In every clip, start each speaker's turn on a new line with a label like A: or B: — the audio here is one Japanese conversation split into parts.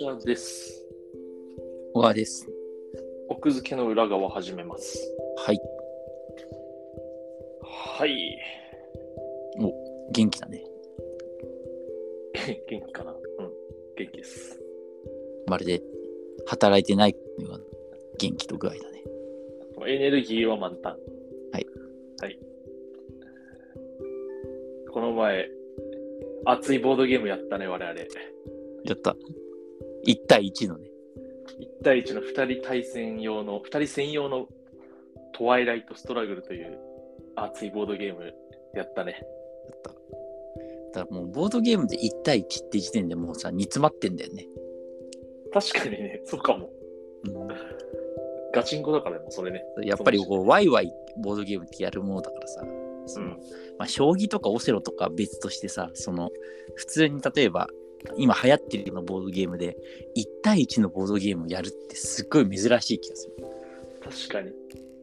A: 三田です。
B: 小川です。
A: 奥付けの裏側始めます。
B: はい。
A: はい。
B: 元気だね。
A: 元気かなうん。元気です。
B: まるで働いてないような元気と具合だね。
A: エネルギーは満タン。
B: はい。
A: はい。この前、熱いボードゲームやったね、我々。
B: やった。1対1のね。
A: 1対1の2人対戦用の、2人専用のトワイライトストラグルという熱いボードゲームやったね。
B: やった。だからもうボードゲームで1対1って時点でもうさ、煮詰まってんだよね。
A: 確かにね、そうかも。
B: う
A: ガチンコだからね、それね。
B: ん、やっぱりこう、ワイワイボードゲームってやるものだからさ。その
A: うん
B: まあ、将棋とかオセロとか別としてさ、その普通に例えば今流行ってるようなボードゲームで1対1のボードゲームをやるってすっごい珍しい気がする。
A: 確かに。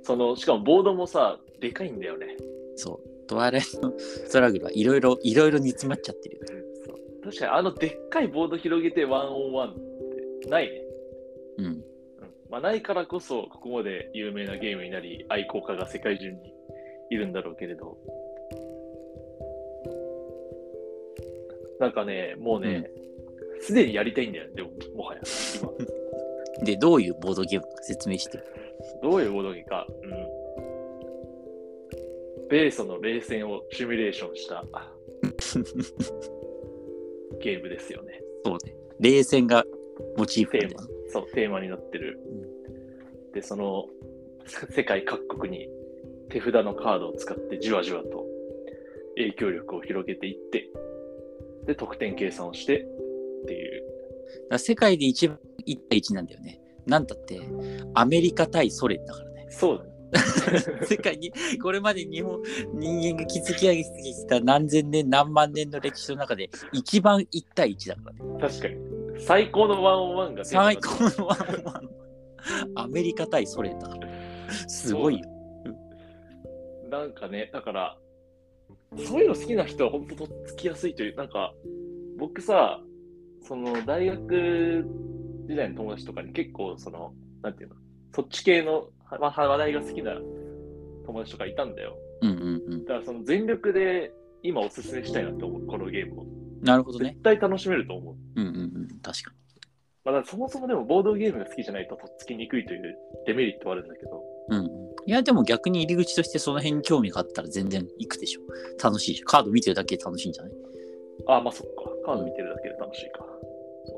A: その、しかもボードもさ、でかいんだよね。
B: そう。トワイライトのストラグルはいろいろ、いろいろ煮詰まっちゃってるよね。
A: 確かに、あのでっかいボード広げてワンオンワンってないね。
B: うん。
A: うんまあ、ないからこそ、ここまで有名なゲームになり、愛好家が世界中にいるんだろうけれど。なんかね、もうね、すで、にやりたいんだよね、でも、もはや。今
B: で、どういうボードゲームか説明して。
A: どういうボードゲームか。うん。米ソの冷戦をシミュレーションしたゲームですよね。
B: そうね。冷戦がモチーフな
A: テ
B: ん
A: ー
B: だ
A: マ
B: よ、
A: そう、テーマになってる。で、その、せ世界各国に手札のカードを使ってじわじわと影響力を広げていって、で、得点計算をしてっていう。。
B: だから世界で一番1対1なんだよね。なんだって、アメリカ対ソ連だからね
A: そう だね。
B: 世界に、これまで日本、人間が築き上げてきた何千年、何万年の歴史の中で一番1対1だからね。
A: 確かに。最高のワンオンワンがテーマだ
B: 最高のワンワン。アメリカ対ソ連だから。すごいよ。
A: なんかね、だから、そういうの好きな人は本当とっつきやすいという、なんか、僕さ、その大学時代の友達とかに結構、その、なんていうの、そっち系のはは話題が好きな友達とかいたんだよ。
B: うんうんうん。
A: だから、その全力で今おすすめしたいなって思う、このゲームを。
B: なるほどね。
A: 絶対楽しめると思う。
B: うんうんうん。確か
A: まあ、だからそもそもでもボードゲームが好きじゃないととっつきにくいというデメリットはあるんだけど、
B: に。うんうん。いや、でも逆に入り口としてその辺に興味があったら全然行くでしょ。楽しいし。カード見てるだけで楽しいんじゃない
A: ああ、まあそっか。カード見てるだけで楽しいか。そ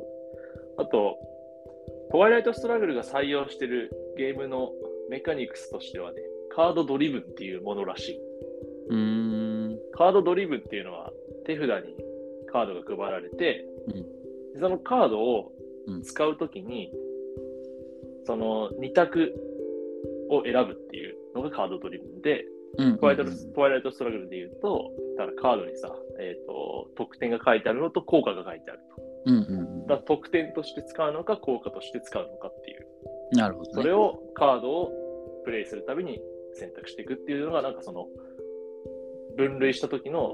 A: うあと、トワイライトストラグルが採用してるゲームのメカニクスとしてはね、カードドリブンっていうものらしい。
B: うーん。
A: カードドリブンっていうのは手札にカードが配られて、
B: うん
A: そのカードを
B: うん
A: 使うときに、その2択を選ぶっていうのがカードドリブンで、
B: うんうん
A: トワイライトトワイライトストラグルで言うと、だからカードにさ、えーと、得点が書いてあるのと効果が書いてあると。
B: うんうん
A: だから得点として使うのか、効果として使うのかっていう、
B: うん。なるほど、ね。
A: それをカードをプレイするたびに選択していくっていうのが、なんかその、分類した時の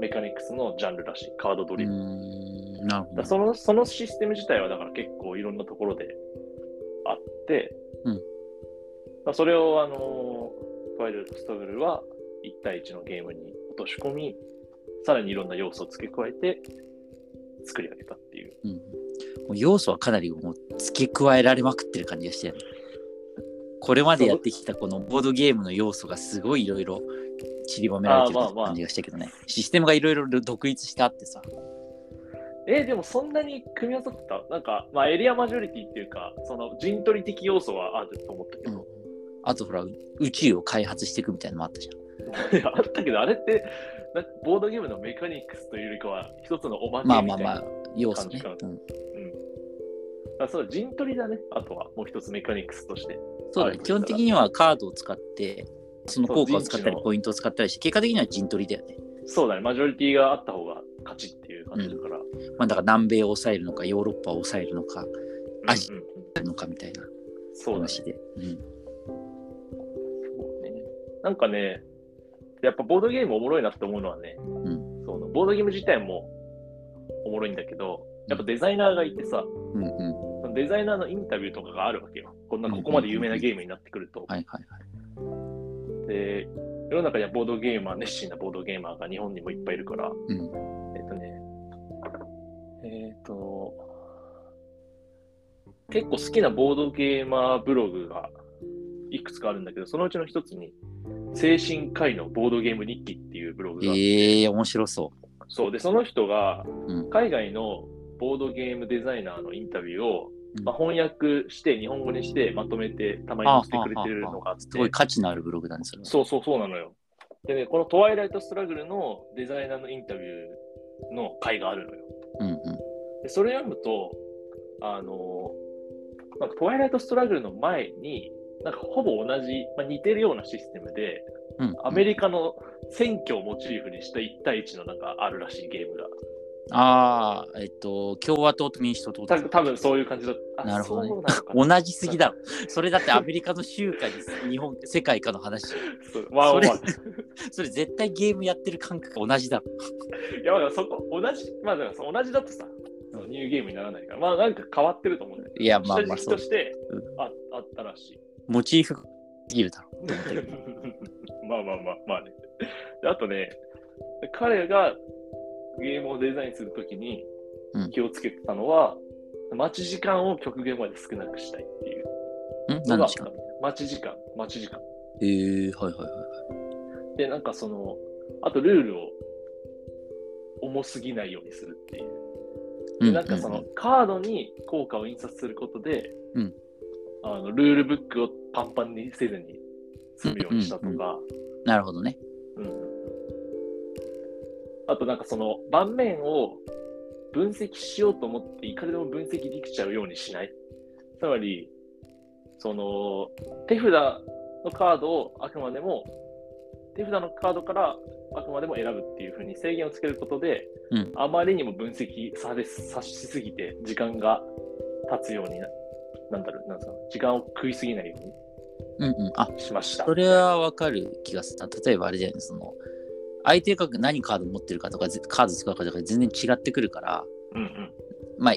A: メカニクスのジャンルらしい、カードド
B: うー
A: リル。だ
B: ん。なるほ
A: から
B: ど。
A: そのそのシステム自体は、だから結構いろんなところであって、
B: うん
A: だからそれを、あのー、ファイルストブルは1対1のゲームに落とし込み、さらにいろんな要素を付け加えて作り上げたっていう。
B: うん、もう要素はかなりもう付け加えられまくってる感じがしてる。これまでやってきたこのボードゲームの要素がすごいいろいろ散りばめられてる
A: あーまあまあ
B: 感じがしたけどね。システムがいろいろ独立してあってさ。
A: えーでもそんなに組み合わさってたなんか、まあ、エリアマジョリティっていうか、その陣取り的要素はあると思ったけど、
B: あとほら、宇宙を開発していくみたいなのもあったじゃん。
A: い やあったけど、あれって、なんかボードゲームのメカニクスというよりかは、一つのおまけみた
B: ま
A: い
B: あ
A: な。
B: まあまあ、要素ね。
A: 感じ
B: うん、
A: あそうだ陣取りだね、あとはもう一つメカニクスとして。
B: そうだね。基本的にはカードを使って、その効果を使っ
A: そう陣
B: た
A: 地
B: り
A: の、
B: ポイントを使ったりして、結果的には陣取りだよね。
A: そうだね、マジョリティがあった方が勝ちっていう感じだから。うん
B: まあだから南米を抑えるのか、ヨーロッパを抑えるのか、アジ
A: うんうん
B: のかみたいな
A: そうだね
B: 話で。うん
A: そうねなんかね、やっぱボードゲームおもろいなって思うのはね、
B: ん
A: そのボードゲーム自体もおもろいんだけど、やっぱデザイナーがいてさ、
B: うんうん。
A: そのデザイナーのインタビューとかがあるわけよ。こんなここまで有名なゲームになってくると。
B: はいはいはい。
A: で、世の中にはボードゲーマー、熱心なボードゲーマーが日本にもいっぱいいるから、
B: うん。
A: えっとね、えっ、と、結構好きなボードゲーマーブログがいくつかあるんだけど、そのうちの一つに、精神科医のボードゲーム日記っていうブログが、
B: ええー、面白そ
A: そうで、その人が
B: うん
A: 海外のボードゲームデザイナーのインタビューを、
B: うん
A: まあ、翻訳して、日本語にして、まとめて、たま
B: う。
A: に
B: あ
A: 載
B: あ
A: せてくれてるのがあっ
B: す
A: て、
B: ごい価値のあるブログだね、それは。
A: そうそうそうなのよ。でね、このトワイライトストラグルのデザイナーのインタビューの回があるのよ。
B: うんうん。
A: でそれ読むと、あの、まあ、トワイライト・ストラグルの前に、なんかほぼ同じ、まあ、似てるようなシステムで、
B: うんうん、
A: アメリカの選挙をモチーフにした1対1のなんかあるらしいゲームが。
B: ああ、えっと、共和党と民主党ってこと
A: た多分そういう感じだあ
B: なるほどね
A: そうなのかな
B: 同じすぎだろ。それだってアメリカの州かに日本、世界かの話。
A: そうワンオンワン
B: そそれ絶対ゲームやってる感覚が同じだろ。
A: いや、まあ、そこ、同じ、まあ、だからそう同じだとさ、そうニューゲームにならないから、まあ、なんか変わってると思うんだよ。
B: いや、まあ
A: 下敷
B: まあ
A: き
B: そ
A: と
B: う。
A: して
B: う
A: ああったらしい。
B: モチーフすぎるだろ。
A: まあまあまあまあね。であとね、彼がゲームをデザインするときに
B: うん
A: 気をつけてたのは、待ち時間を極限まで少なくしたいっていうんの
B: 何
A: が
B: ですか
A: 待ち時間、待ち時間。
B: えー、はいはいはい。
A: で、なんかその、あとルールを重すぎないようにするっていう。
B: う
A: で
B: う
A: なんかその、カードに効果を印刷することで、
B: うん
A: あのルールブックをパンパンにせずに済むようにしたとか、
B: うんうんなるほどね。
A: うんあとなんかその盤面を分析しようと思っていかにでも分析できちゃうようにしない。つまり、その手札のカードをあくまでも手札のカードからあくまでも選ぶっていう風に制限をつけることで、
B: うん
A: あまりにも分析されさしすぎて時間が経つようにな、なんだろう、なんですか、時間を食いすぎないよう
B: うんうん。あ、
A: にしました。
B: それはわかる気がするな。例えばあれだよね、その、相手が何カード持ってるかとか、ぜカード使うかとか全然違ってくるから、
A: うんうん。
B: まあ、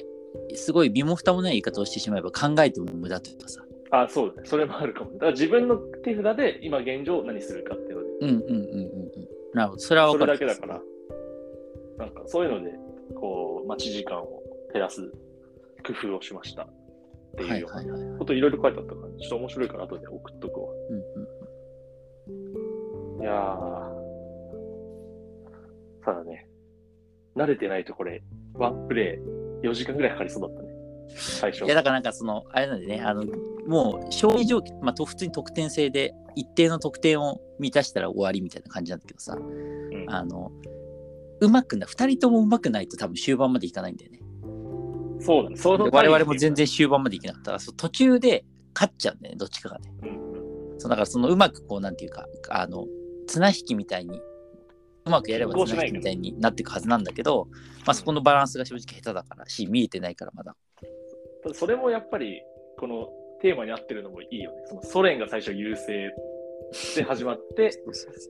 B: すごい身も蓋もない言い方をしてしまえば考えても無駄というかさ。
A: あ、そうだね。それもあるかも。だから自分の手札で今現状何するかっていうので、
B: うんうんうんうんうん。なるほど。それはわ
A: そ
B: か
A: れ
B: る。
A: だけだから、なんかそういうので、こう、待ち時間を減らす工夫をしました。って
B: は
A: いう
B: い
A: ような
B: はいはい。うん
A: こといろいろ書いてあったから、ちょっと面白いから後で送っとくわ。
B: うん、
A: いやー、ただね、慣れてないとこれ、ワンプレイ4時間ぐらいかかりそうだったね。最初。
B: いやだからなんかそのあれなんでねあのもう勝利条件、まあ、と普通に得点制で一定の得点を満たしたら終わりみたいな感じなんだけどさ
A: うん
B: あのうまくな2人ともうまくないと多分終盤までいかないんだよね
A: そうだね。その
B: で我々も全然終盤までいけなかったからそう途中で勝っちゃうんだよねどっちかがね
A: うんうん
B: そうだからそのうまくこうなんていうかあの綱引きみたいにうまくやれば
A: こうし
B: 綱
A: ない
B: 引
A: け
B: き
A: ど
B: みたいになっていくはずなんだけど、まあ、そこのバランスが正直下手だからし見えてないからまだ
A: ただそれもやっぱりこのテーマに合ってるのもいいよね。そのソ連が最初優勢で始ま って、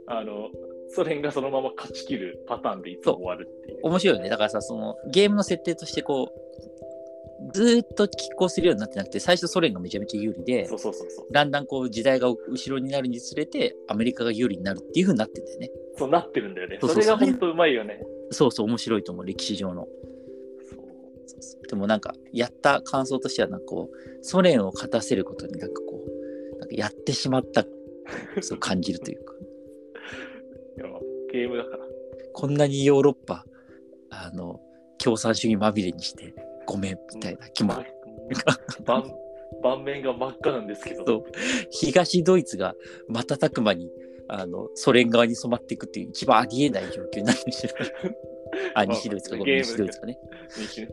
A: あのソ連がそのまま勝ち切るパターンでいつも終わるっていう。
B: 面白いよねだからさそのゲームの設定としてこうずーっと拮抗するようになってなくて最初ソ連がめちゃめちゃ有利で
A: そうそうそうそう。
B: だんだんこう時代が後ろになるにつれてアメリカが有利になるっていう風になってんだよね
A: そうなってるんだよね。
B: そう
A: そ
B: そう
A: れが本当うまいよね。
B: そうそう面白いと思う歴史上の
A: そう
B: そうそうでもなんかやった感想としてはなんかこうソ連を勝たせることになんかこうなんかやってしまったそう感じるというか
A: いやまあゲームだから。
B: こんなにヨーロッパあの共産主義まみれにしてごめんみたいな気もある
A: 盤盤面が真っ赤なんですけど。
B: そう東ドイツが瞬く間にあのソ連側に染まっていくっていう一番ありえない状況になってしまう。 あ、
A: まあ
B: 西ドイツか、
A: ゲ
B: ご
A: ーム
B: めん、西ドイツかね。
A: 西ね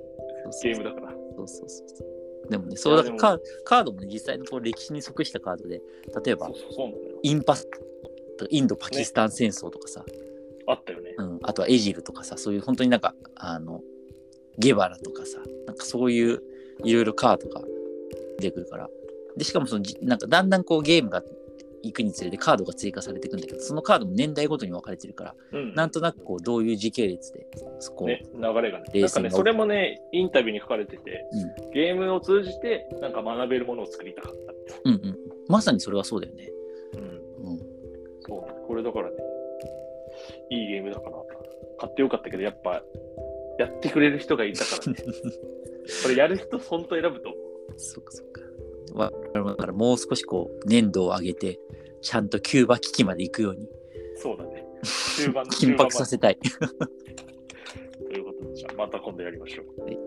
B: そうそう
A: ゲームだから。
B: そうそうそうそう。でもね、そうだから
A: いや
B: カーカードもね、実際のこう歴史に即したカードで、例えば
A: そう、そうそうなのよ。
B: インパスとかインド・パキスタン戦争とかさ、
A: あったよね。
B: うん、あとはエジルとかさ、そういう本当になんか、あの、ゲバラとかさ、なんかそういういろいろカードが出てくるから。で、しかもそのじ、なんかだんだんこうゲームがいくにつれてカードが追加されていくんだけどそのカードも年代ごとに分かれてるから
A: うん
B: なんとなくこうどういう時系列でそこを、
A: ね、流れがね。な
B: 冷
A: んか
B: 静に
A: ね、それもね、インタビューに書かれてて、
B: う
A: ゲームを通じて、なんか学べるものを作りたかったって。
B: うんうん、まさにそれはそうだよね、
A: うん。
B: うん、
A: そう、これだからね、いいゲームだから、買ってよかったけど、やっぱ、やってくれる人がいたから ね。これやる人、本当選ぶと思う。
B: そっかそっかわだからもう少しこう粘度を上げてちゃんとキューバ危機まで行くように
A: そうだね。中盤の中盤ま
B: 緊
A: で
B: 迫させたい
A: ということで、じゃあまた今度やりましょう。
B: はい